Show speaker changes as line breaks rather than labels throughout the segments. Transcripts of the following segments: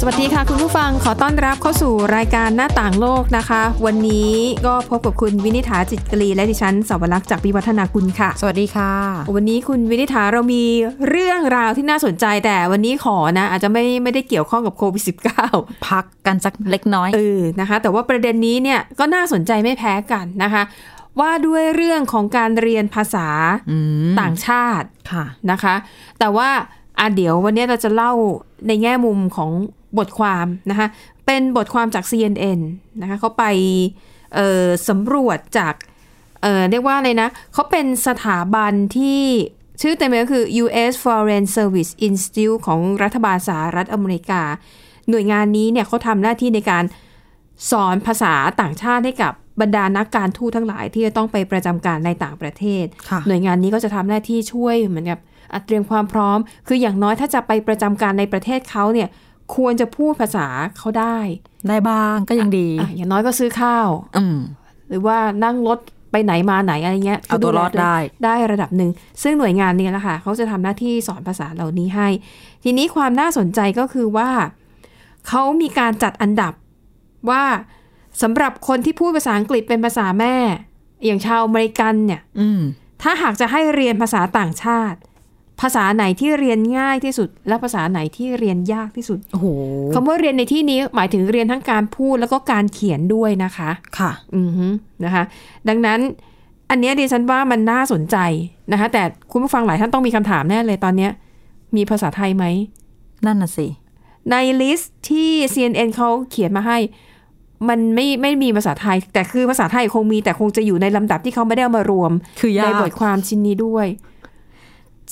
สวัสดีค่ะคุณผู้ฟังขอต้อนรับเข้าสู่รายการหน้าต่างโลกนะคะ วันนี้ก็พบกับคุณวินิษฐาจิตกรีและดิฉันสวรักษ์จากวิวัฒนาคุณค่ะ
สวัสดีค่ะ
วันนี้คุณวินิษฐาเรามีเรื่องราวที่น่าสนใจแต่วันนี้ขอนะ อาจจะไม่ไม่ได้เกี่ยวข้องกับโควิด -19
พักกันสักเล็กน้อย
เออนะคะ แต่ว่าประเด็นนี้เนี่ยก็น่าสนใจไม่แพ้กันนะคะ ว่าด้วยเรื่องของการเรียนภาษา
อืม
ต่างชาติ
ค่ะ
นะคะ แต่ว่าอ่ะเดี๋ยววันนี้เราจะเล่าในแง่มุมของบทความนะคะ เป็นบทความจาก CNN นะคะเขาไปเอ่อสำรวจจากเอ่อเรียกว่าอะไรนะเขาเป็นสถาบันที่ชื่อเต็มเลยก็คือ U.S. Foreign Service Institute ของรัฐบาลสหรัฐอเมริกา หน่วยงานนี้เนี่ยเขาทำหน้าที่ในการสอนภาษาต่างชาติให้กับบรรดานักการทูตทั้งหลายที่จะต้องไปประจำการในต่างประเทศ
ค่ะ
หน่วยงานนี้ก็จะทำหน้าที่ช่วยเหมือนกับอ่ะเตรียมความพร้อม คืออย่างน้อยถ้าจะไปประจำการในประเทศเขาเนี่ยควรจะพูดภาษาเขาได้
ได้บ้างก็ยังดี
อ่ะอย่างน้อยก็ซื้อข้าว
อืม
หรือว่านั่งรถไปไหนมาไหนอะไรเงี้ย
เอาตัวรอดได้
ได้ระดับหนึ่ง ซึ่งหน่วยงานเนี้แหละค่ะเขาจะทำหน้าที่สอนภาษาเหล่านี้ให้ ทีนี้ความน่าสนใจก็คือว่า เขามีการจัดอันดับว่าสำหรับคนที่พูดภาษาอังกฤษเป็นภาษาแม่ อย่างชาวอเมริกันเนี่ย
อืม
ถ้าหากจะให้เรียนภาษาต่างชาติ ภาษาไหนที่เรียนง่ายที่สุด และภาษาไหนที่เรียนยากที่สุด
โอ้โห
คำว่าเรียนในที่นี้หมายถึงเรียนทั้งการพูดแล้วก็การเขียนด้วยนะคะ
ค่ะ
อือฮึนะคะ ดังนั้นอันเนี้ยดิฉันว่ามันน่าสนใจนะคะ แต่คุณผู้ฟังหลายท่านต้องมีคำถามแน่เลยตอนเนี้ยมีภาษาไทยไหม
นั่นน่ะสิ
ในลิสต์ที่ CNN เขาเขียนมาให้ มันไม่ไม่มีภาษาไทย แต่คือภาษาไทยคงมีแต่คงจะอยู่ในลำดับที่เขาไม่ได้เอามารวม
คือยา
ใน
ก
บทความชิ้นนี้ด้วย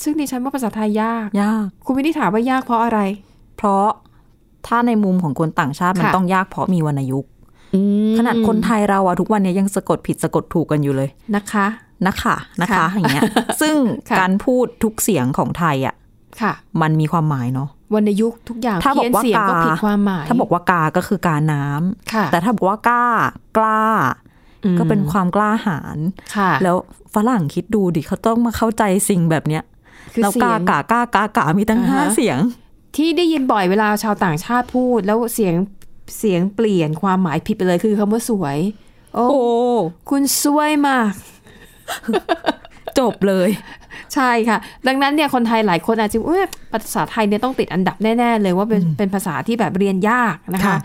ซึ่งดิฉันว่าภาษาไทยยาก
ยาก
คุณวินิถามว่ายากเพราะอะไร
เพราะถ้าในมุมของคนต่างชาติมัน
ค่ะ
ต้องยากเพราะมีวรรณยุกต์ ขนาดคนไทยเราอะทุกวันเนี้ยังสะกดผิดสะกดถูกกันอยู่เลย
นะคะ
นะคะนะคะ
ค่ะ
อย่างเงี้ย ซึ่ง
ค่ะ
การพูดทุกเสียงของไทยอะ
ค่ะ
มันมีความหมายเนาะ
วรรณยุกต์ทุกอย่าง
ถ้าบอกว่า
เพี้ยนเสียงก็
กา
ผิดความหมาย
ถ้าบอกว่ากา ก็คือกาน้ำ
ค่ะ
แต่ถ้าบอกว่ากล้า กล้า
อืม
ก็เป็นความกล้าหาญ
ค่ะ
แล้วฝรั่งคิดดูดิเขาต้องมาเข้าใจสิ่งแบบเนี้ย
คือ
แล้ว
เสี
กาย
ง
กากากากามีตั้ง
อ่าฮะ
ห้าเสียง
ที่ได้ยินบ่อยเวลาชาวต่างชาติพูด แล้วเสียงเสียงเปลี่ยนความหมายผิดไปเลยคือคำว่าสวย โอ้
โอ้
คุณสวยมาก
จบเลย
ใช่ค่ะ ดังนั้นเนี่ยคนไทยหลายคนอาจจะเอ้ยภาษาไทยเนี่ยต้องติดอันดับแน่ ๆ เลยว่าเป็นเป็นภาษาที่แบบเรียนยากนะคะ
ค่ะ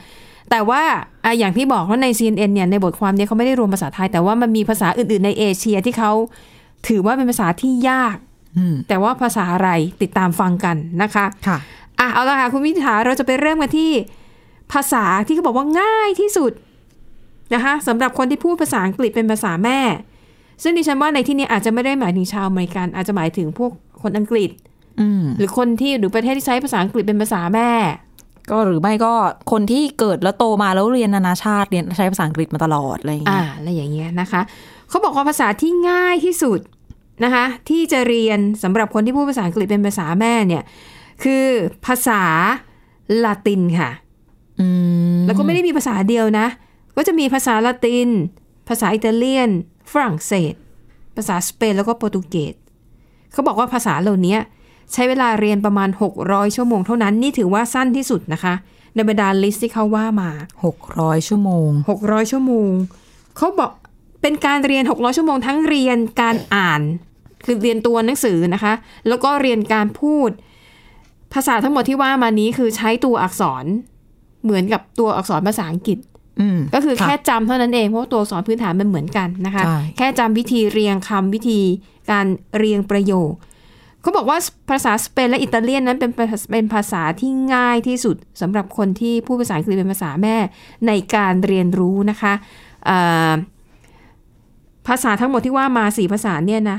แต่ว่าอ่ะอย่างที่บอกว่าใน CNN เนี่ยในบทความเนี่ยเขาไม่ได้รวมภาษาไทย แต่ว่ามันมีภาษาอื่น ๆ ในเอเชียที่เขาถือว่าเป็นภาษาที่ยาก
อืม
แต่ว่าภาษาอะไรติดตามฟังกันนะคะ
ค่ะ
อ่ะเอาละค่ะคุณวินิษฐาเราจะไปเริ่มกันที่ภาษาที่เขาบอกว่าง่ายที่สุดนะคะสำหรับคนที่พูดภาษาอังกฤษเป็นภาษาแม่ ซึ่งดิฉันว่าในที่นี้อาจจะไม่ได้หมายถึงชาวอเมริกัน อาจจะหมายถึงพวกคนอังกฤษ
อืม
หรือคนที่หรือประเทศที่ใช้ภาษาอังกฤษเป็นภาษาแม่
ก็หรือไม่ก็คนที่เกิดแล้วโตมาแล้วเรียนนานาชาติเรียนใช้ภาษาอังกฤษมาตลอดอะไรอย่าง
อ่า
เงี้ย
อะไรอย่างเงี้ยนะคะเขาบอกว่าภาษาที่ง่ายที่สุดนะคะที่จะเรียนสำหรับคนที่พูดภาษาอังกฤษเป็นภาษาแม่เนี่ยคือภาษาละตินค่ะ
อืม
แล้วก็ไม่ได้มีภาษาเดียวนะ ก็จะมีภาษาละติน ภาษาอิตาเลียน ฝรั่งเศส ภาษาสเปน แล้วก็โปรตุเกส เขาบอกว่าภาษาเหล่านี้ใช้เวลาเรียนประมาณ 600 ชั่วโมงเท่านั้น นี่ถือว่าสั้นที่สุดนะคะ ในบรรดาลิสต์ที่เขาว่ามา
หกร้อยชั่วโมง
600 ชั่วโมง เขาบอกเป็นการเรียน 600 ชั่วโมงทั้งเรียนการอ่าน คือเรียนตัวหนังสือนะคะ แล้วก็เรียนการพูด ภาษาทั้งหมดที่ว่ามานี้คือใช้ตัวอักษรเหมือนกับตัวอักษรภาษาอังกฤษ
อืม
ก็คือแค่จำเท่านั้นเอง เพราะว่าตัวอักษรพื้นฐานมันเหมือนกันนะคะ
ใช่
แค่จำวิธีเรียงคำวิธีการเรียงประโยคเขาบอกว่าภาษาสเปนและอิตาเลียนนั้นเป็นภาษาเป็นภาษาที่ง่ายที่สุดสำหรับคนที่พูดภาษาอังกฤษเป็นภาษาแม่ในการเรียนรู้นะคะเอ่อภาษาทั้งหมดที่ว่ามาสี่ภาษาเนี่ยนะ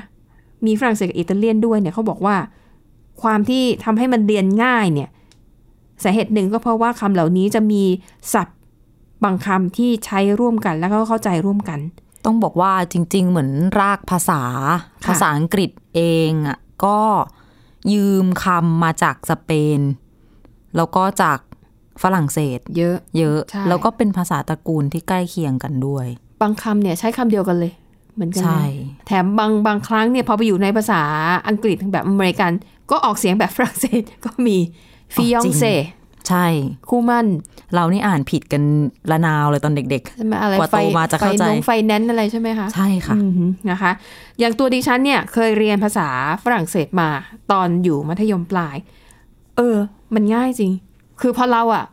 มีฝรั่งเศสกับอิตาเลียนด้วยเนี่ยเขาบอกว่าความที่ทำให้มันเรียนง่ายเนี่ยสาเหตุหนึ่งก็เพราะว่าคำเหล่านี้จะมีศัพท์ บางคำที่ใช้ร่วมกันแล้วก็เข้าใจร่วมกัน
ต้องบอกว่าจริง ๆ เหมือนรากภาษา
ค่ะ
ภาษาอังกฤษเองอ่ะก็ยืมคำมาจากสเปน แล้วก็จากฝรั่งเศส
เยอะ
เยอะ
ใช่
แล้วก็เป็นภาษาตระกูลที่ใกล้เคียงกันด้วย
บางคำเนี่ยใช้คำเดียวกันเลย เหมือนกัน
ใช่
เลยแถมบางบางครั้งเนี่ยพอไปอยู่ในภาษาอังกฤษแบบอเมริกัน ก็ออกเสียงแบบฝรั่งเศส ก็มีฟิยองเซ
ใช่
คู่มั่น
เรานี่อ่านผิดกันละนาวเลยตอนเด็ก
ใช่ไหมอะไร
กว่าโตมาจะเข้าใจ
ไฟนงไฟแนนซ์อะไรใช่ไหมคะ
ๆ ใช่ค่ะ
อืมนะคะ อย่างตัวดิฉันเนี่ยเคยเรียนภาษาฝรั่งเศสมาตอนอยู่มัธยมปลาย เออ มันง่ายจริง คือพอเราอะ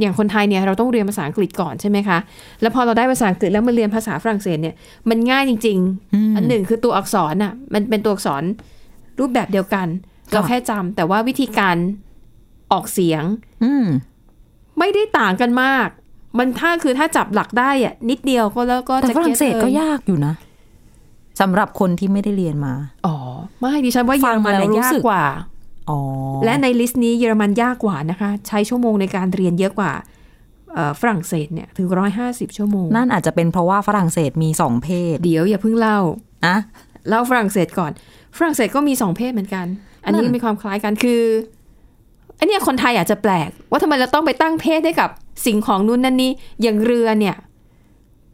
อย่างคนไทยเนี่ยเราต้องเรียนภาษาอังกฤษก่อนใช่ไหมคะ แล้วพอเราได้ภาษาอังกฤษแล้วมาเรียนภาษาฝรั่งเศสเนี่ยมันง่ายจริง ๆ อันหนึ่งคือตัวอักษรน่ะมันเป็นตัวอักษรรูปแบบเดียวกัน
ค่ะ
เราแค่จำแต่ว่าวิธีการออกเสียง
อืม
ไม่ได้ต่างกันมาก มันถ้าคือถ้าจับหลักได้อะนิดเดียวก็แล้วก็
แต่
จะ
ฝรั่งเศส
get
ก็
เลย
ากอยู่นะสำหรับคนที่ไม่ได้เรียนมา
อ๋อไม่ดิฉันว่าเยอรมัน
ฟังแล้
น่ะ
วรู้
ยาก
สึก
กว่า
อ๋อ
และในลิสต์นี้เยอรมันยากกว่านะคะ ใช้ชั่วโมงในการเรียนเยอะกว่าเอ่อฝรั่งเศสเนี่ยถึงร้อยห้าสิบชั่วโมง
นั่นอาจจะเป็นเพราะว่าฝรั่งเศสมีสองเพศ
เดี๋ยวอย่าเพิ่งเล่า
นะ
เล่าฝรั่งเศสก่อน ฝรั่งเศสก็มีสองเพศเหมือนกัน อันนี้
นั่น
มีความคล้ายกันคืออันเนี้ยคนไทยอาจจะแปลก ว่าทำไมเราต้องไปตั้งเพศให้กับสิ่งของนู้นนั่นนี่อย่างเรือเนี่ย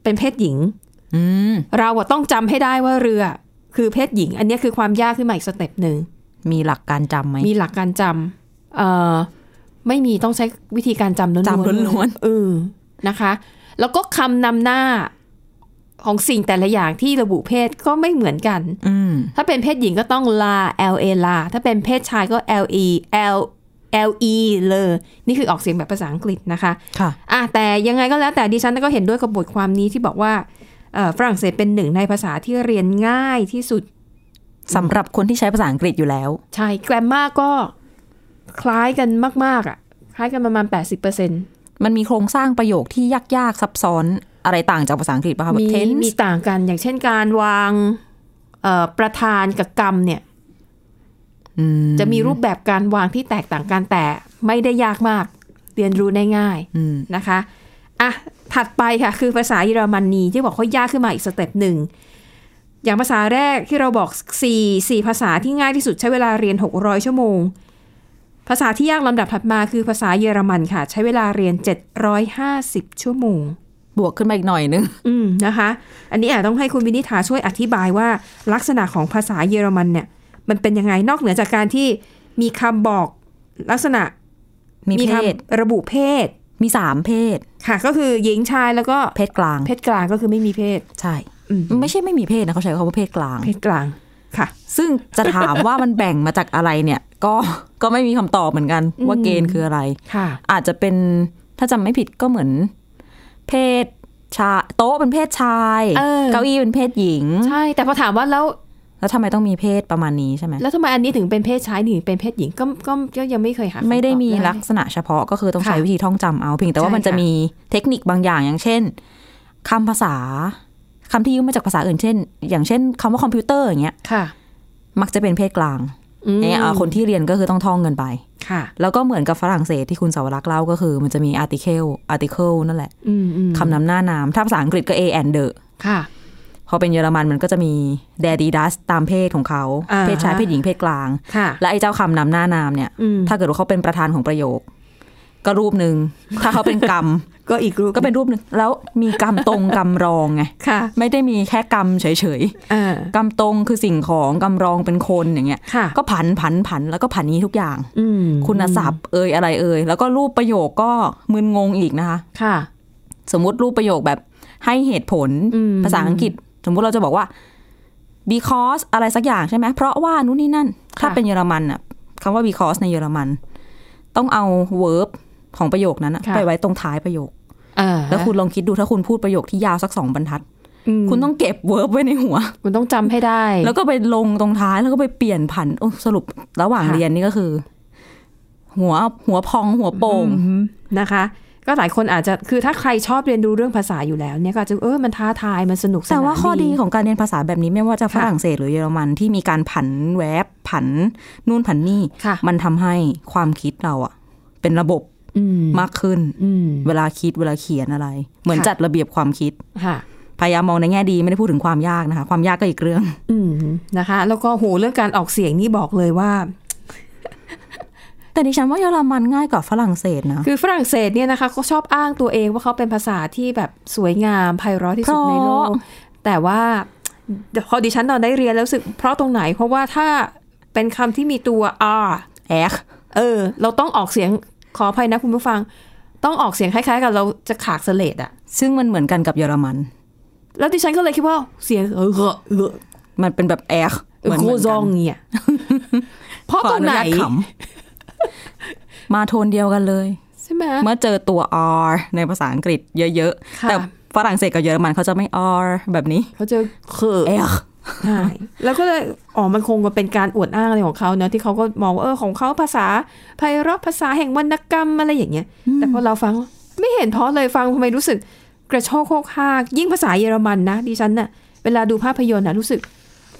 เป็นเพศหญิง
อืม
เราอะต้องจำให้ได้ว่าเรือคือเพศหญิง อันเนี้ยคือความยากขึ้นมาอีกสเต็ปหนึ่ง
มีหลักการจำไหม
มีหลักการจำเอ่อไม่มีต้องใช้วิธีการจำล้วนๆ
จำล้วนๆ
เออนะคะ แล้วก็คำนำหน้าของสิ่งแต่ละอย่างที่ระบุเพศก็ไม่เหมือนกัน
อืม
ถ้าเป็นเพศหญิงก็ต้องลา L A ลา ถ้าเป็นเพศชายก็ L E L L E เลอนี่คือออกเสียงแบบภาษาอังกฤษนะคะ
ค่ะ
อ่ะแต่ยังไงก็แล้วแต่ดิฉันก็เห็นด้วยกับบทความนี้ที่บอกว่าเอ่อฝรั่งเศสเป็นหนึ่งในภาษาที่เรียนง่ายที่สุด
สำหรับคนที่ใช้ภาษาอังกฤษอยู่แล้ว
ใช่แกรมมาก็คล้ายกันมาก ๆ อ่ะ คล้ายกันประมาณ 80%เปอร์เซ็นต์
มันมีโครงสร้างประโยคที่ยากๆ ซับซ้อนอะไรต่างจากภาษาอังกฤษป่ะคะแบ
มี
บ
มี
tense
ต่างกันอย่างเช่นการวางเอ่อประธานกับกรรมเนี่ย
อืม
จะมีรูปแบบการวางที่แตกต่างกันแต่ไม่ได้ยากมาก เรียนรู้ได้ง่าย
อืม
นะคะอ่ะถัดไปค่ะ คือภาษาเยอรมนีที่บอกว่ายากขึ้นมาอีกสเต็ปหนึ่ง อย่างภาษาแรกที่เราบอก4 4ภาษาที่ง่ายที่สุดใช้เวลาเรียน 600 ชั่วโมง ภาษาที่ยากลำดับถัดมาคือภาษาเยอรมันค่ะ ใช้เวลาเรียน 750 ชั่วโมง
บวกขึ้นมาอีกหน่อยนึง
อืมนะคะ อันนี้อาจต้องให้คุณวินิธาช่วยอธิบายว่าลักษณะของภาษาเยอรมันเนี่ย มันเป็นยังไงนอกเหนือจากการที่มีคำบอกลักษณะ
มีเพศ
คำระบุเพศ
มีสามเพศ
ค่ะ ก็คือหญิงชายแล้วก็
เพศกลาง
เพศกลางก็คือไม่มีเพศ
ใช่
อืม
ไม่ใช่ไม่มีเพศนะเขาใช้คำว่าเพศกลาง
เพศกลางค่ะ
ซึ่งจะถามว่ามันแบ่งมาจากอะไรเนี่ย ก็ ก็ไม่มีคำตอบเหมือนกัน ว่า
อืม
เกณฑ์คืออะไร
ค่ะ
อาจจะเป็น ถ้าจำไม่ผิดก็เหมือน เพศชายโต๊ะเป็นเพศชาย
เออ
เก้าอี้เป็นเพศหญิง
ใช่แต่พอถามว่าแล้ว
แล้วทำไมต้องมีเพศประมาณนี้ใช่ไหม
แล้วทำไมอันนี้ถึงเป็นเพศชายหนึ่งเป็นเพศหญิงก็ก็ก็ยังไม่เคยหาคำตอบ
ไม่ได้มี
ด้
ลักษณะเฉพาะก็คือต้องใช้
ค่ะ
วิธีท่องจำเอาเพียงแต่ว่า
ใช่
มันจะ
ค่ะ
มีเทคนิคบางอย่างอย่างเช่นคำภาษาคำที่ยืมมาจากภาษาอื่นเช่น อย่างเช่นคำว่าคอมพิวเตอร์อย่างเงี้ย
ค่ะ
มักจะเป็นเพศกลาง
อืม
เนี่ยอ่ะคนที่เรียนก็คือต้องท่องเงินไป
ค่ะ
แล้วก็เหมือนกับฝรั่งเศสที่คุณสาวรักษ์เล่าก็คือ มันจะมีอาร์ติเคิลอาร์ติเคิลนั่นแหละ
อืมอืม
คำนำหน้านาม ถ้าภาษาอังกฤษก็ A and the
ค่ะ
พอเป็นเยอรมันมันก็จะมี daddy das ตามเพศของเขา
อ่า
เพศชาย
ฮะ
เพศหญิงเพศกลาง
ค่ะ
และไอ้เจ้าคำนำหน้านามเนี่ย
อืม
ถ้าเกิดว่าเขาเป็นประธานของประโยค ก็รูปหนึ่ง ถ้าเขาเป็นกรรม
ก็อีกรูป
ก็เป็นรูปหนึ่ง แล้วมีกรรมตรงกรรมรองไง
ค่ะ
ไม่ได้มีแค่กรรมเฉย
อ่า
ๆ กรรมตรงคือสิ่งของกรรมรองเป็นคนอย่างเงี้ย
ค่ะ
ก็ผันผันผันแล้วก็ผันนี้ทุกอย่าง
อืม
คุณศัพท์เอ่ยอะไรเอ่ยแล้วก็รูปประโยคก็มึนงงอีกนะคะ
ค่ะ
สมมติรูปประโยคแบบให้เหตุผล
อืม
ภาษาอังกฤษ สมมุติเราจะบอกว่า because อะไรสักอย่างใช่ไหมเพราะว่านู่นนี่นั่น ถ้าเป็นเยอรมันอ่ะคำว่า because ในเยอรมัน ต้องเอา verb ของประโยคนั้นอะ
ค่ะ
ไปไว้ตรงท้ายประโยค
เออ
แล้วคุณลองคิดดูถ้าคุณพูดประโยคที่ยาวสักสองบรรทัด
อืม
คุณต้องเก็บ verb ไว้ในหัว
คุณต้องจำให้ได้
แล้วก็ไปลงตรงท้ายแล้วก็ไปเปลี่ยนผันโอ้สรุประหว่าง
ค่ะ
เรียนนี่ก็คือ หัวหัวพองหัวโป่ง
อืมนะคะ ก็หลายคนอาจจะคือถ้าใครชอบเรียนรู้เรื่องภาษาอยู่แล้วเนี่ยก็อาจจะเออมันท้าทายมันสนุกสนาน
แต่ว่าข้อดีของการเรียนภาษาแบบนี้ไม่ว่าจะ
ค่ะ
ฝรั่งเศสหรือเยอรมันที่มีการผันแวบผันนู่นผันนี่
ค่ะ
มันทำให้ความคิดเราอะเป็นระบบ
อืม
มากขึ้น
อืม
เวลาคิดเวลาเขียนอะไร เหมือน
ค่ะ
จัดระเบียบความคิด
ค่ะ
พยายามมองในแง่ดีไม่ได้พูดถึงความยากนะคะ ความยากก็อีกเรื่อง
อืมนะคะ แล้วก็โหเรื่องการออกเสียงนี่บอกเลยว่า
แต่ดิฉันว่าเยอรมันง่ายกว่าฝรั่งเศสนะ
คือฝรั่งเศสเนี่ยนะคะเขาชอบอ้างตัวเองว่าเขาเป็นภาษาที่แบบสวยงามไพเราะที่สุด
เพราะ
ในโลก แต่ว่าพอดิฉันตอนได้เรียนแล้วรู้สึก เพราะตรงไหนเพราะว่าถ้าเป็นคำที่มีตัว r
แอก
เออ เราต้องออกเสียงขออภัยนะคุณผู้ฟัง ต้องออกเสียงคล้ายๆ กับเราจะขากเสลดอะ
ซึ่งมันเหมือนกันกับเยอรมัน
แล้วดิฉันก็เลยคิดว่าเสียงเออเออเออ
มันเป็นแบบแอก
เออโคซองเนี่ยเพราะ
ขอ
ตร
อง นุ
ไหน
ญาตขำมาโทนเดียวกันเลย
ใช่ไหม
เมื่อเจอตัว R ในภาษาอังกฤษเยอะ
ค่ะ
ๆ แต่ฝรั่งเศสกับเยอรมันเขาจะไม่ R แบบนี้
เขาจะเขอ
แอก
ใช่แล้วก็เลยอ๋อมันคงมาเป็นการอวดอ้างอะไรของเขาเนอะที่เขาก็มองว่าเออของเขาภาษาไพเราะภาษาแห่งวรรณกรรมอะไรอย่างเงี้ย แต่พอเราฟังไม่เห็นเพราะเลยฟังทำไมรู้สึกกระโชกโคกฮากยิ่งภาษาเยอรมันนะดิฉันน่ะเวลาดูภาพยนตร์นะรู้สึก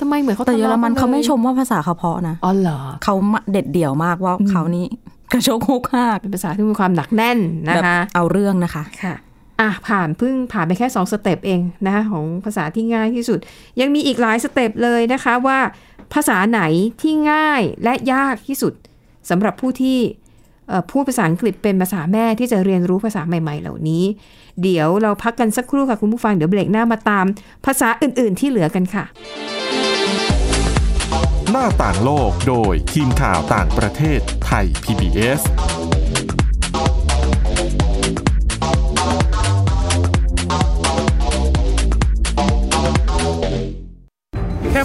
ทำไมเหมือนเขา
แต่เยอรมัน
ทะละกัล
เขาไม่ชมว่าภาษาเขาเพราะนะ
อ๋อเหรอ
เขาเด็ดเดี่ยวมากว่าเขานี่กระโชกโคกหาก
เป็นภาษาที่มีความหนักแน่นนะ
แบบ
คะ
เอาเรื่องนะคะ
ค่ะอ่ะผ่านเพิ่งผ่านไปแค่สองสเต็ปเองนะคะของภาษาที่ง่ายที่สุด ยังมีอีกหลายสเต็ปเลยนะคะว่าภาษาไหนที่ง่ายและยากที่สุดสำหรับผู้ที่เอ่อพูดภาษาอังกฤษเป็นภาษาแม่ที่จะเรียนรู้ภาษาใหม่ ๆ เหล่านี้ เดี๋ยวเราพักกันสักครู่ค่ะคุณผู้ฟังเดี๋ยวเบรกหน้ามาตาม ภาษาอื่น ๆ ที่เหลือกันค่ะ
หน้าต่างโลกโดยทีมข่าวต่างประเทศไทย PBS
แค่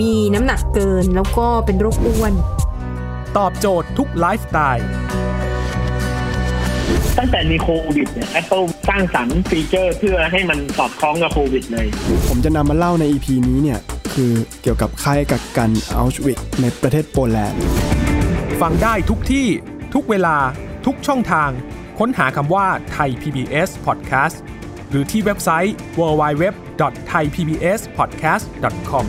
มีน้ำหนักเกินแล้วก็เป็นโรคอ้วน
ตอบโจทย์ทุกไลฟ์สไตล์
ตั้งแต่มีโควิดเนี่ย Apple สร้างสรรค์ฟีเจอร์เพื่อให้มันสอดคล้องกับโควิดเลย
ผมจะนำมาเล่าใน EP นี้เนี่ย คือเกี่ยวกับค่ายกักกันอัลชวิกในประเทศโปแลนด์
ฟังได้ทุกที่ ทุกเวลา ทุกช่องทาง ค้นหาคำว่าไทย PBS Podcast หรือที่เว็บไซต์ www.thaipbspodcast.com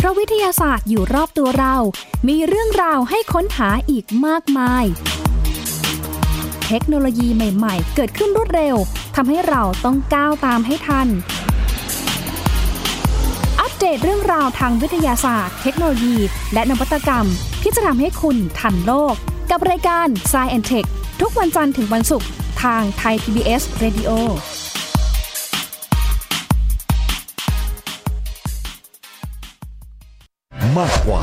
เพราะวิทยาศาสตร์อยู่รอบตัวเรา มีเรื่องราวให้ค้นหาอีกมากมาย เทคโนโลยีใหม่ ๆ เกิดขึ้นรวดเร็ว ทำให้เราต้องก้าวตามให้ทัน อัปเดตเรื่องราวทางวิทยาศาสตร์ เทคโนโลยี และนวัตกรรม ที่จะทำให้คุณทันโลก กับรายการ s c i e n t e c h ทุกวันจันทร์ถึงวันศุกร์ทางไทย PBS Radio
มากกว่า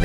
ใน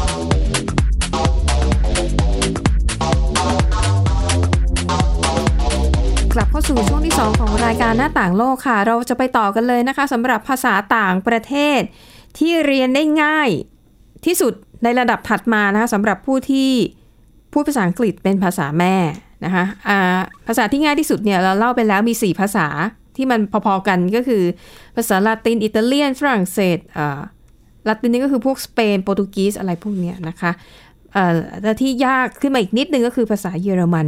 กลับเข้าสู่ช่วงที่ 2 ของรายการหน้าต่างโลกค่ะ เราจะไปต่อกันเลยนะคะสำหรับภาษาต่างประเทศ ที่เรียนได้ง่ายที่สุดในระดับถัดมานะคะสำหรับผู้ที่พูดภาษาอังกฤษเป็นภาษาแม่นะคะอ่าภาษาที่ง่ายที่สุดเนี่ยเราเล่าไปแล้วมี 4 ภาษาที่มันพอๆกันก็คือ ภาษาละตินอิตาเลียน ฝรั่งเศสอ่าละตินนี่ก็คือพวกสเปนโปรตุเกสอะไรพวกเนี้ยนะคะเอ่อแต่ที่ยากขึ้นมาอีกนิดนึงก็คือภาษาเยอรมัน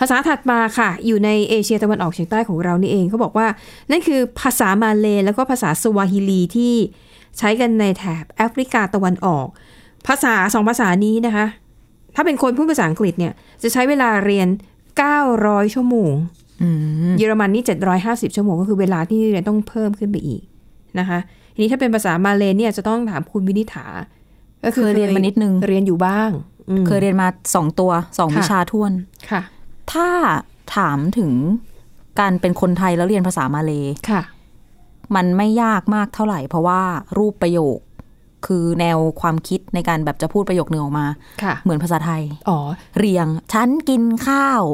ภาษาถัดมาค่ะ อยู่ในเอเชียตะวันออกเฉียงใต้ของเรานี่เองเขาบอกว่า นั่นคือภาษามาเลย์แล้วก็ภาษาสวาฮิลีที่ใช้กันในแถบแอฟริกาตะวันออก ภาษาสองภาษานี้นะคะ ถ้าเป็นคนพูดภาษาอังกฤษเนี่ย จะใช้เวลาเรียน 900 ชั่วโมง เยอรมันนี่ 750 ชั่วโมงก็คือเวลาที่เรียนต้องเพิ่มขึ้นไปอีกนะคะทีนี้ถ้าเป็นภาษามาเลย์เนี่ยจะต้องถามคุณวินิษฐา
เคยเรียนมานิดนึง
เรียนอยู่บ้าง
เคยเรียนมาสองตัวสอง
ค่ะ
วิชาท่วน
ค่ะ
ถ้าถามถึงการเป็นคนไทยแล้วเรียนภาษามาเล
ค่ะ
มันไม่ยากมากเท่าไหร่ เพราะว่ารูปประโยคคือแนวความคิดในการแบบจะพูดประโยคนึงออกมา
ค่ะ
เหมือนภาษาไทย
อ๋อ
เรียง ฉันกินข้าว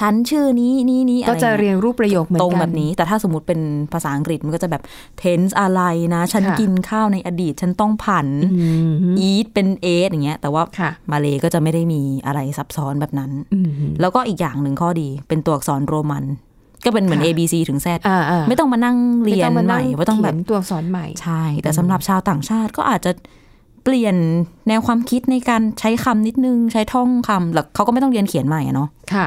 ฉันชื่อนี้นี้นี้อไ
ก็จะเรียงรูปประโยคเหมือน
ต
กัน
รงแบบนี้ แต่ถ้าสมมติเป็นภาษาอังกฤษมันก็จะแบบ tense อะไรนะ ฉัน
ค่ะ
กินข้าวในอดีต ฉันต้องผัน
อืม
eat เป็น ate อย่างเงี้ย แต่ว่า
ค่ะ
มาเลก็จะไม่ได้มีอะไรซับซ้อนแบบนั้น
อืม
แล้วก็อีกอย่างหนึ่งข้อดีเป็นตัวอักษรโรมัน ก็เป็นเหมือน
ค่ะ
A B C ถึง Z
อ่าอ่า
ไม่ต้องมานั่งเรียน
ไต้อ
ใหม่
ง
ว่าต้องแบบ
เขียนตัวอักษรใหม่
ใช่ แต่สำหรับชาวต่างชาติก็อาจจะเปลี่ยนแนวความคิดในการใช้คำนิดนึง ใช้ท่องคำหลักเขาก็ไม่ต้องเรียนเขียนใหม่อะเนาะ
ค่ะ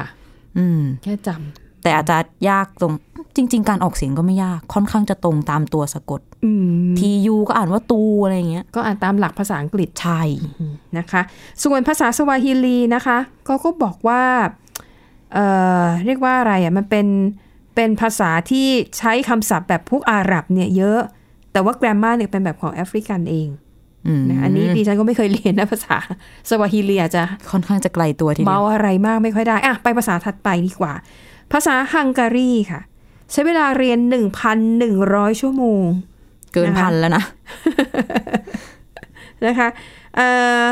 อืม
แค่จำ
แต่อาจจะยากตรงจริง ๆ การออกเสียงก็ไม่ยากค่อนข้างจะตรงตามตัวสะกด
อืม
T U ก็อ่านว่าตูอะไรอย่างเงี้ย
ก็อ่านตามหลักภาษาอังกฤษ
ใช่
นะคะ ส่วนภาษาสวาฮิลีนะคะเขาก็บอกว่า เอ่อ เรียกว่าอะไรอ่ะ มันเป็น เป็นภาษาที่ใช้คำศัพท์แบบพวกอาหรับเนี่ยเยอะ แต่ว่าแกรมมาเนี่ยเป็นแบบของแอฟริกันเอง
อืม
นะอันนี้ดิฉันก็ไม่เคยเรียนนะภาษาสวาฮิลีอาจจะ
ค่อนข้างจะไกลตัวทีเดี
เมา
ยว
อะไรมากไม่ค่อยได้ อ่ะ ไปภาษาถัดไปดีกว่า ภาษาฮังการีค่ะ ใช้เวลาเรียน 1,100 ชั่วโมง
เกิน
นะคะ
พันแล้วนะ
นะคะเอ่อ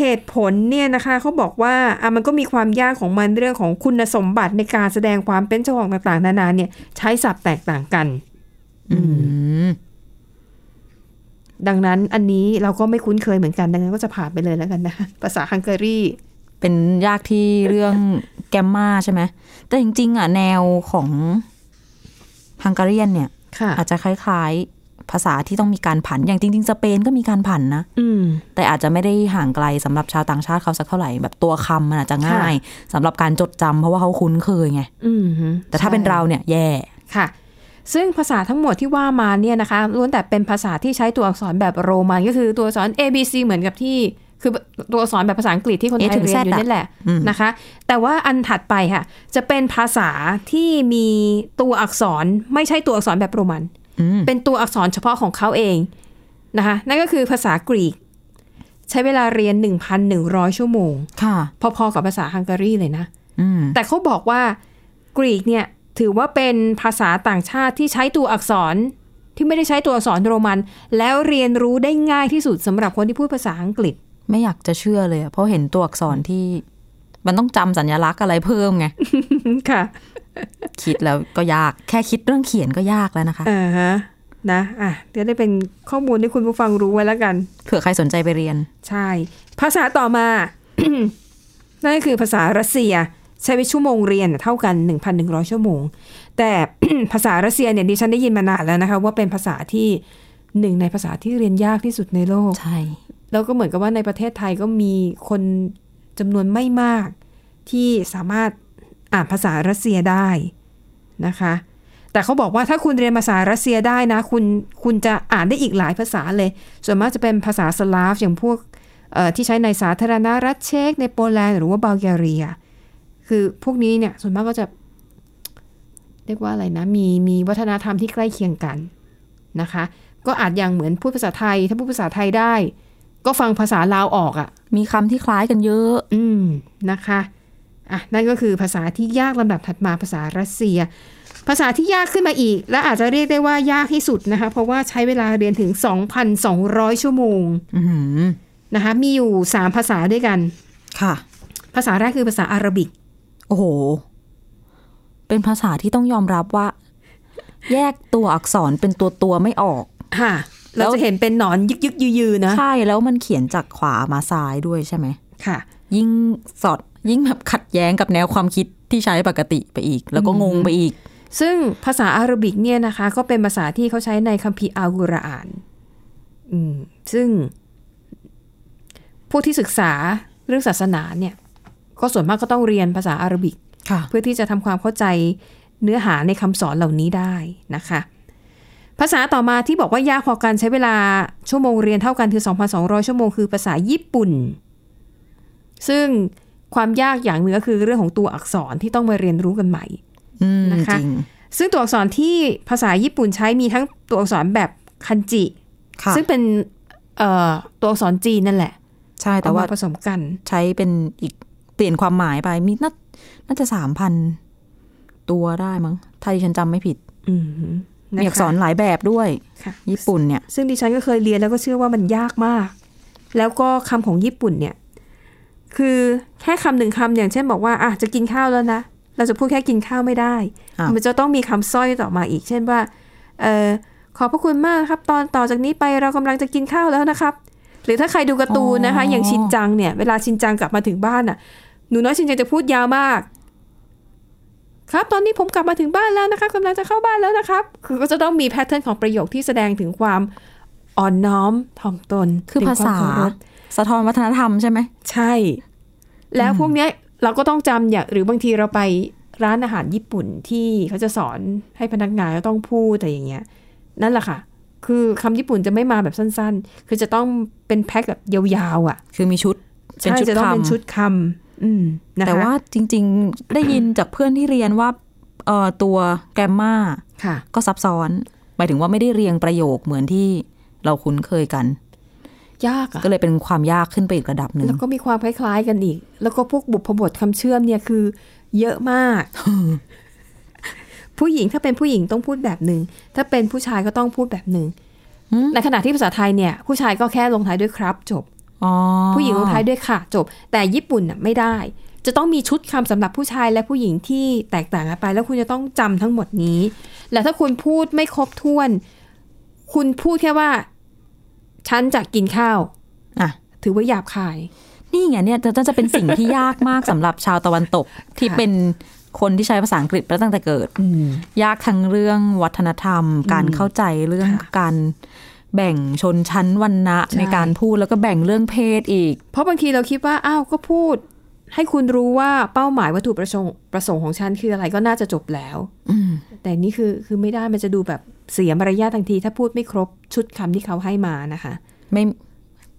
เหตุผลเนี่ยนะคะเขาบอกว่าอ่ะมันก็มีความยากของมันเรื่องของคุณสมบัติในการแสดงความเป็นเจ้าของต่างๆ นานาเนี่ย ใช้ศัพท์แตกต่างกัน
อืม
ดังนั้นอันนี้เราก็ไม่คุ้นเคยเหมือนกัน ดังนั้นก็จะผ่านไปเลยแล้วกันนะ ภาษาฮังการี
เป็นยากที่เรื่อง แกมมาใช่ไหม แต่จริง ๆ อ่ะ แนวของฮังการียนเนี่ย
ค่ะ
อาจจะคล้าย ๆ ภาษาที่ต้องมีการผัน อย่างจริง ๆ สเปนก็มีการผันนะ
อืม
แต่อาจจะไม่ได้ห่างไกลสำหรับชาวต่างชาติเขาสักเท่าไหร่ แบบตัวคำมันอาจจะง่ายสำหรับการจดจำเพราะว่าเขาคุ้นเคยไง
อืมฮึ
แต่ถ้าเป็น
ใช่
เราเนี่ยแย่
ค่ะ ซึ่งภาษาทั้งหมดที่ว่ามาเนี่ยนะคะล้วนแต่เป็นภาษาที่ใช้ตัวอักษรแบบโรมันก็คือตัวอักษร A B C เหมือนกับที่ คือตัวอักษรแบบภาษาอังกฤษที่คนไท
A
ย
ถึง
เรียนอยู่
Z อะ
นี่แหละ
อืม
นะคะ แต่ว่าอันถัดไปค่ะ จะเป็นภาษาที่มีตัวอักษรไม่ใช่ตัวอักษรแบบโรมัน
อืม
เป็นตัวอักษรเฉพาะของเขาเองนะคะ นั่นก็คือภาษากรีก ใช้เวลาเรียน 1,100 ชั่วโมง
ค่ะ
พอๆกับภาษาฮังการีเลยนะ
อืม
แต่เขาบอกว่ากรีกเนี่ยถือว่าเป็นภาษาต่างชาติที่ใช้ตัวอักษรที่ไม่ได้ใช้ตัวอักษรโรมัน แล้วเรียนรู้ได้ง่ายที่สุดสำหรับคนที่พูดภาษาอังกฤษ
ไม่อยากจะเชื่อเลยอะเพราะเห็นตัวอักษรที่ มันต้องจำสัญลักษณ์อะไรเพิ่มไง
ค่ะ
คิดแล้วก็ยาก แค่คิดเรื่องเขียนก็ยากแล้วนะคะ
อ่าฮะนะอ่ะจะได้เป็นข้อมูลที่คุณผู้ฟังรู้ไว้แล้วกัน
เผื่อใครสนใจไปเรียน
ใช่ ภาษาต่อมา นั่นก็คือภาษารัสเซีย ใช้ไปชั่วโมงเรียนเท่ากัน 1,100 ชั่วโมง แต่ ภาษารัสเซียเนี่ยดิฉันได้ยินมานานแล้วนะคะว่าเป็นภาษาที่หนึ่งในภาษาที่เรียนยากที่สุดในโลก
ใช่
แล้วก็เหมือนกับว่าในประเทศไทยก็มีคนจำนวนไม่มาก ที่สามารถอ่านภาษารัสเซียได้นะคะ แต่เขาบอกว่าถ้าคุณเรียนภาษารัสเซียได้นะ คุณคุณจะอ่านได้อีกหลายภาษาเลย ส่วนมากจะเป็นภาษาสลาฟอย่างพวกเอ่อที่ใช้ในสาธารณรัฐเช็กในโปแลนด์หรือว่าบัลแกเรีย คือพวกนี้เนี่ยส่วนมากก็จะ เรียกว่าอะไรนะ มีมีวัฒนธรรมที่ใกล้เคียงกันนะคะ ก็อาจอย่างเหมือนพูดภาษาไทย ถ้าพูดภาษาไทยได้ ก็ฟังภาษาลาวออกอ่ะ
มีคำที่คล้ายกันเยอะ
อืม นะคะ อ่ะ นั่นก็คือภาษาที่ยากลำดับถัดมาภาษารัสเซีย ภาษาที่ยากขึ้นมาอีก และอาจจะเรียกได้ว่ายากที่สุดนะคะ เพราะว่าใช้เวลาเรียนถึง 2,200 ชั่วโมง
อือหือ
นะคะ มีอยู่ 3 ภาษาด้วยกัน
ค่ะ
ภาษาแรกคือภาษาอาหรับิก
โอ้โห เป็นภาษาที่ต้องยอมรับว่า แยกตัวอักษรเป็นตัวตัวๆไม่ออก
ค่ะ
แล้
เรา
ว
จะเห็นเป็นหนอนยึกยึกยือยือนะ
ใช่แล้วมันเขียนจากขวามาซ้ายด้วยใช่ไหม
ค่ะ
ยิ่งสอดยิ่งแบบขัดแย้งกับแนวความคิดที่ใช้ปกติไปอีก แล้วก็งงไปอีก
ซึ่งภาษาอาหรับิกเนี่ยนะคะ ก็เป็นภาษาที่เขาใช้ในคัมภีร์อัลกุรอานอืมซึ่ง ผู้ที่ศึกษาเรื่องศาสนาเนี่ย ก็ส่วนมากก็ต้องเรียนภาษาอาหรับิก
ค่ะ
เพื่อที่จะทำความเข้าใจเนื้อหาในคำสอนเหล่านี้ได้นะคะ ภาษาต่อมาที่บอกว่ายากพอกันใช้เวลาชั่วโมงเรียนเท่ากันคือ 2,200 ชั่วโมงคือภาษาญี่ปุ่น ซึ่งความยากอย่างหนึงก็คือเรื่องของตัวอักษรที่ต้องมาเรียนรู้กันใหม่
อืม
นะคะ
จริง
ซึ่งตัวอักษรที่ภาษาญี่ปุ่นใช้มีทั้งตัวอักษรแบบคันจิ
ค่ะ
ซึ่งเป็นเอ่อตัวอักษรจีนนั่นแหละ
ใช่แต่
เอา
ว่า
มาผสมกัน
ใช้เป็นอีกเปลี่ยนความหมายไปมีน่าน่าจะสามพันตัวได้มั้งถ้าดิฉันจำไม่ผิด
อืมนะ
มี
คะ
อักษรหลายแบบด้วย
ค่ะ
ญี่ปุ่นเนี่ย
ซึ่งดิฉันก็เคยเรียนแล้วก็เชื่อว่ามันยากมาก แล้วก็คำของญี่ปุ่นเนี่ย คือแค่คำหนึ่งคำอย่างเช่นบอกว่าอ่ะจะกินข้าวแล้วนะ เราจะพูดแค่กินข้าวไม่ได้
อ้าว
มันจะต้องมีคำสร้อยต่อมาอีก เช่นว่า เออขอบพระคุณมากครับ ตอนต่อจากนี้ไปเรากำลังจะกินข้าวแล้วนะครับ หรือถ้าใครดูการ์ตูนนะคะ อย่างชินจังเนี่ย เวลาชินจังกลับมาถึงบ้านน่ะ หนูน้อยชินจังจะพูดยาวมาก ครับ ตอนนี้ผมกลับมาถึงบ้านแล้วนะครับกำลังจะเข้าบ้านแล้วนะครับ คือก็จะต้องมีแพทเทิร์นของประโยคที่แสดงถึงความอ่อนน้อมถ่อมตน
คือ
ถึง
ภาษา
ควมเครพ
สะท้อนวัฒนธรรมใช่ไหม
ใช่ แล้วพวกเนี้ยเราก็ต้องจำอย่างหรือบางทีเราไปร้านอาหารญี่ปุ่นที่เขาจะสอนให้พนักงานก็ต้องพูดแต่อย่างเงี้ย นั่นแหละค่ะ คือคำญี่ปุ่นจะไม่มาแบบสั้นๆ คือจะต้องเป็นแพ็คแบบยาวๆ อ่ะ
คือมีชุดเป็น
ใช่
ชุด
จะต้องเป็น
คำ
ชุดคำอืมนะคะ
แต่ว่าจริงๆ ได้ยินจากเพื่อนที่เรียนว่าเอ่อตัวแกรมมา
ค่ะ
ก็ซับซ้อน หมายถึงว่าไม่ได้เรียงประโยคเหมือนที่เราคุ้นเคยกัน
ยากอ่ะ
ก็เลยเป็นความยากขึ้นไปอีกระดับหนึ่ง
แล้วก็มีความคล้ายๆกันอีก แล้วก็พวกบุพบทคำเชื่อมเนี่ยคือ เยอะ มาก ผู้หญิงถ้าเป็นผู้หญิงต้องพูดแบบหนึ่งถ้าเป็นผู้ชายก็ต้องพูดแบบหนึ่ง
อืม
ในขณะที่ภาษาไทยเนี่ยผู้ชายก็แค่ลงท้ายด้วยครับจบ
อ๋อ
ผู้หญิงลงท้ายด้วยค่ะจบ แต่ญี่ปุ่นน่ะไม่ได้ จะต้องมีชุดคำสำหรับผู้ชายและผู้หญิงที่แตกต่างกันไป แล้วคุณจะต้องจำทั้งหมดนี้ และถ้าคุณพูดไม่ครบถ้วน คุณพูดแค่ว่า ฉันจะกินข้าว
อ่ะ
ถือว่าหยาบคาย
นี่ไงเนี่ยจะจะเป็นสิ่งที่ยากมากสำหรับชาวตะวัน ตกที่
ค่ะ
เป็นคนที่ใช้ภาษาอังกฤษมาตั้งแต่เกิด ยากทั้งเรื่องวัฒนธรรม การเข้าใจเรื่องการแบ่งชนชั้นวรรณะ
ใช่
ในการพูดแล้วก็แบ่งเรื่องเพศอีก
เพราะบางทีเราคิดว่าอ้าวก็พูด ให้คุณรู้ว่าเป้าหมายวัตถุประสงค์ประสงค์ของฉันคืออะไรก็น่าจะจบแล้ว
อืม
แต่นี่คือคือไม่ได้มันจะดูแบบเสียมารยาททันที ถ้าพูดไม่ครบชุดคำที่เขาให้มานะคะ
ไม่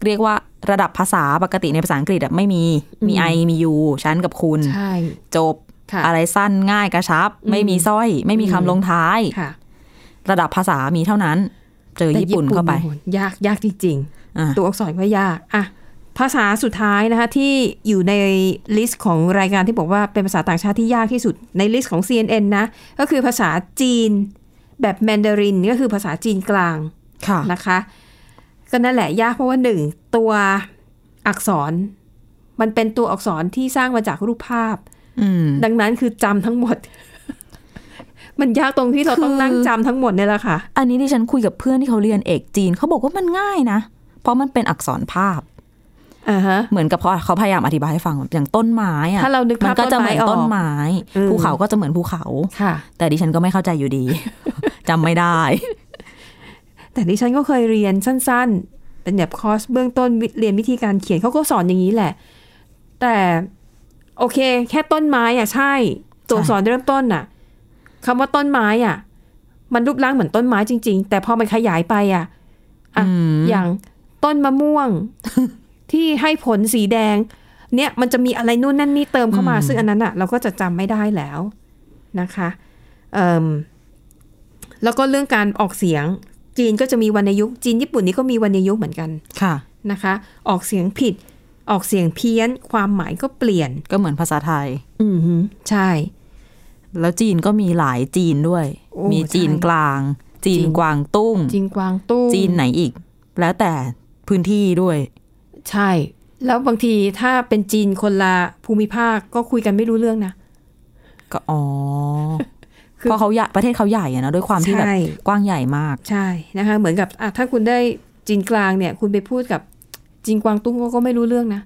เรียกว่าระดับภาษาปกติในภาษาอังกฤษอะไม่มี
อืม
มีไอมียูชั้นกับคุณ
ใช่
จบ
ค่ะ
อะไรสั้นง่ายกระชับ ไม่มีสร้อย ไม่มีคำลงท้าย
ค่ะ
ระดับภาษามีเท่านั้น เจอ
แต่
ญี่ปุ่นเข้าไป
โอ้โหยากยากจริง
อ่ะ
ๆ ตัวอักษรก็ยากอ่ะภาษาสุดท้ายนะคะ ที่อยู่ในลิสต์ของรายการที่บอกว่าเป็นภาษาต่างชาติที่ยากที่สุดในลิสต์ของ CNN นะ ก็คือภาษาจีนแบบแมนดารินก็คือภาษาจีนกลาง
ค่ะ
นะคะ ก็นั่นแหละยากเพราะว่าหนึ่งตัวอักษร มันเป็นตัวอักษรที่สร้างมาจากรูปภาพ
อืม
ดังนั้นคือจำทั้งหมด มันยากตรงที่เราต้อง
คือ
นั่งจำทั้งหมดเนี่ยแหละค่ะ
อันนี้ที่ฉันคุยกับเพื่อนที่เขาเรียนเอกจีนเขาบอกว่ามันง่ายนะ เพราะมันเป็นอักษรภาพ
อ่าฮะ
เหมือนกับเขาเขาพยายามอธิบายให้ฟังอย่างต้นไม้อะ
ถ้าเรานึก
มั
ภาพ
ก็จะเหมือน
ต้
ต้
น
น
ไม้
ไม
อ
้
อก
ภูเขาก็จะเหมือนภูเขา
ค่ะ
แต่ดิฉันก็ไม่เข้าใจอยู่ดี จำไม่ได้
แต่ดิฉันก็เคยเรียนสั้นๆ เป็นแบบคอร์สเบื้องต้นวิเรียนวิธีการเขียนเขาก็สอนอย่างนี้แหละ แต่โอเค แค่ต้นไม้อ่ะใช่ ตัวอักษรเริ่มต้นน่ะคำว่าต้นไม้อ่ะ มันรูปร่างเหมือนต้นไม้จริง ๆ แต่พอมันขยายไปอ่ะอะ
อืม
อย่างต้นมะม่ว ง ที่ให้ผลสีแดง เนี่ยมันจะมีอะไรนู่นนั่นนี่เติมเข้ามา ซึ่งอันนั้นอ่ะ เราก็จะจำไม่ได้แล้วนะคะ เอิ่มแล้วก็เรื่องการออกเสียง จีนก็จะมีวรรณยุกต์จีนญี่ปุ่นนี่ก็มีวรรณยุกต์เหมือนกัน
ค่ะ
นะคะ ออกเสียงผิด ออกเสียงเพี้ยน ความหมายก็เปลี่ยน
ก็เหมือนภาษาไทย
อือฮึใช่
แล้วจีนก็มีหลายจีนด้วย
โอ้
มีจีน
ใช่
กลาง จี
จี
น
น
กวางตุ้ง
จีนกวางตุ้ง
จีนไหนอีก แล้วแต่พื้นที่ด้วย
ใช่ แล้วบางทีถ้าเป็นจีนคนละภูมิภาคก็คุยกันไม่รู้เรื่องนะ
ก็อ๋อ
คือ
เพราะเขาใหญ่ประเทศเขาใหญ่อะนะด้วยความที่แบบ
ใช่
กว้างใหญ่มาก
ใช่นะคะ เหมือนกับอ่ะถ้าคุณได้จีนกลางเนี่ย คุณไปพูดกับจีนกวางตุ้งก็ก็ไม่รู้เรื่องนะ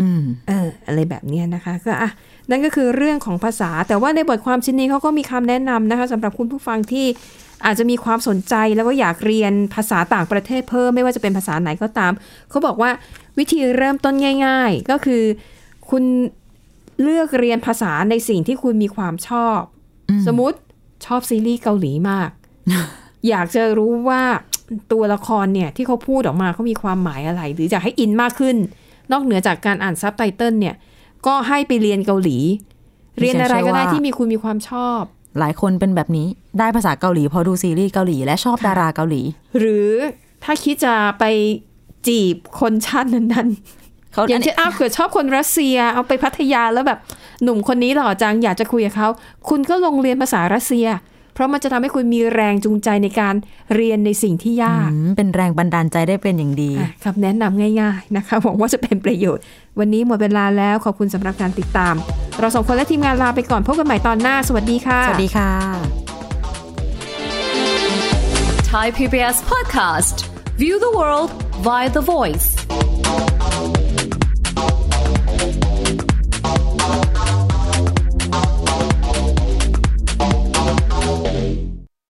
อืม
เอออะไรแบบเนี้ยนะคะก็อ่ะนั่นก็คือเรื่องของภาษา แต่ว่าในบทความชิ้นนี้เขาก็มีคำแนะนำนะคะสำหรับคุณผู้ฟังที่อาจจะมีความสนใจแล้วก็อยากเรียนภาษาต่างประเทศเพิ่มไม่ว่าจะเป็นภาษาไหนก็ตาม เขาบอกว่าวิธีเริ่มต้นง่าย ๆ ก็คือคุณเลือกเรียนภาษาในสิ่งที่คุณมีความชอบ สมมติชอบซีรีส์เกาหลีมาก อยากจะรู้ว่าตัวละครเนี่ยที่เขาพูดออกมาเขามีความหมายอะไร หรืออยากให้อินมากขึ้น นอกเหนือจากการอ่านซับไตเติลเนี่ย ก็ให้ไปเรียนเกาหลี
ดิ
เรียน
ฉัน
อะไรก็ได้
เชื่อว่า
ที่มีคุณมีความชอบ
หลายคนเป็นแบบนี้ ได้ภาษาเกาหลีเพอดูซีรีส์เกาหลีและชอบดาราเกาหลี
หรือถ้าคิดจะไปจีบคนชาตินั้น
เขา
อย่างเช่นอ้าวเผื่อชอบคนรัสเซียเอาไปพัทยาแล้วแบบหนุ่มคนนี้หล่อจังอยากจะคุยกับเขาคุณก็ลงเรียนภาษารัสเซีย เพราะมันจะทำให้คุณมีแรงจูงใจในการเรียนในสิ่งที่ยาก
อืมเป็นแรงบันดาลใจได้เป็นอย่างดี
อ่ะคำแนะนำง่ายๆนะคะ หวังว่าจะเป็นประโยชน์ วันนี้หมดเวลาแล้ว ขอบคุณสำหรับการติดตาม เราสองคนและทีมงานลาไปก่อน พบกันใหม่ตอนหน้า สวัสดีค่ะ
สวัสดีค่ะ
Thai PBS podcast. View the world via the voice.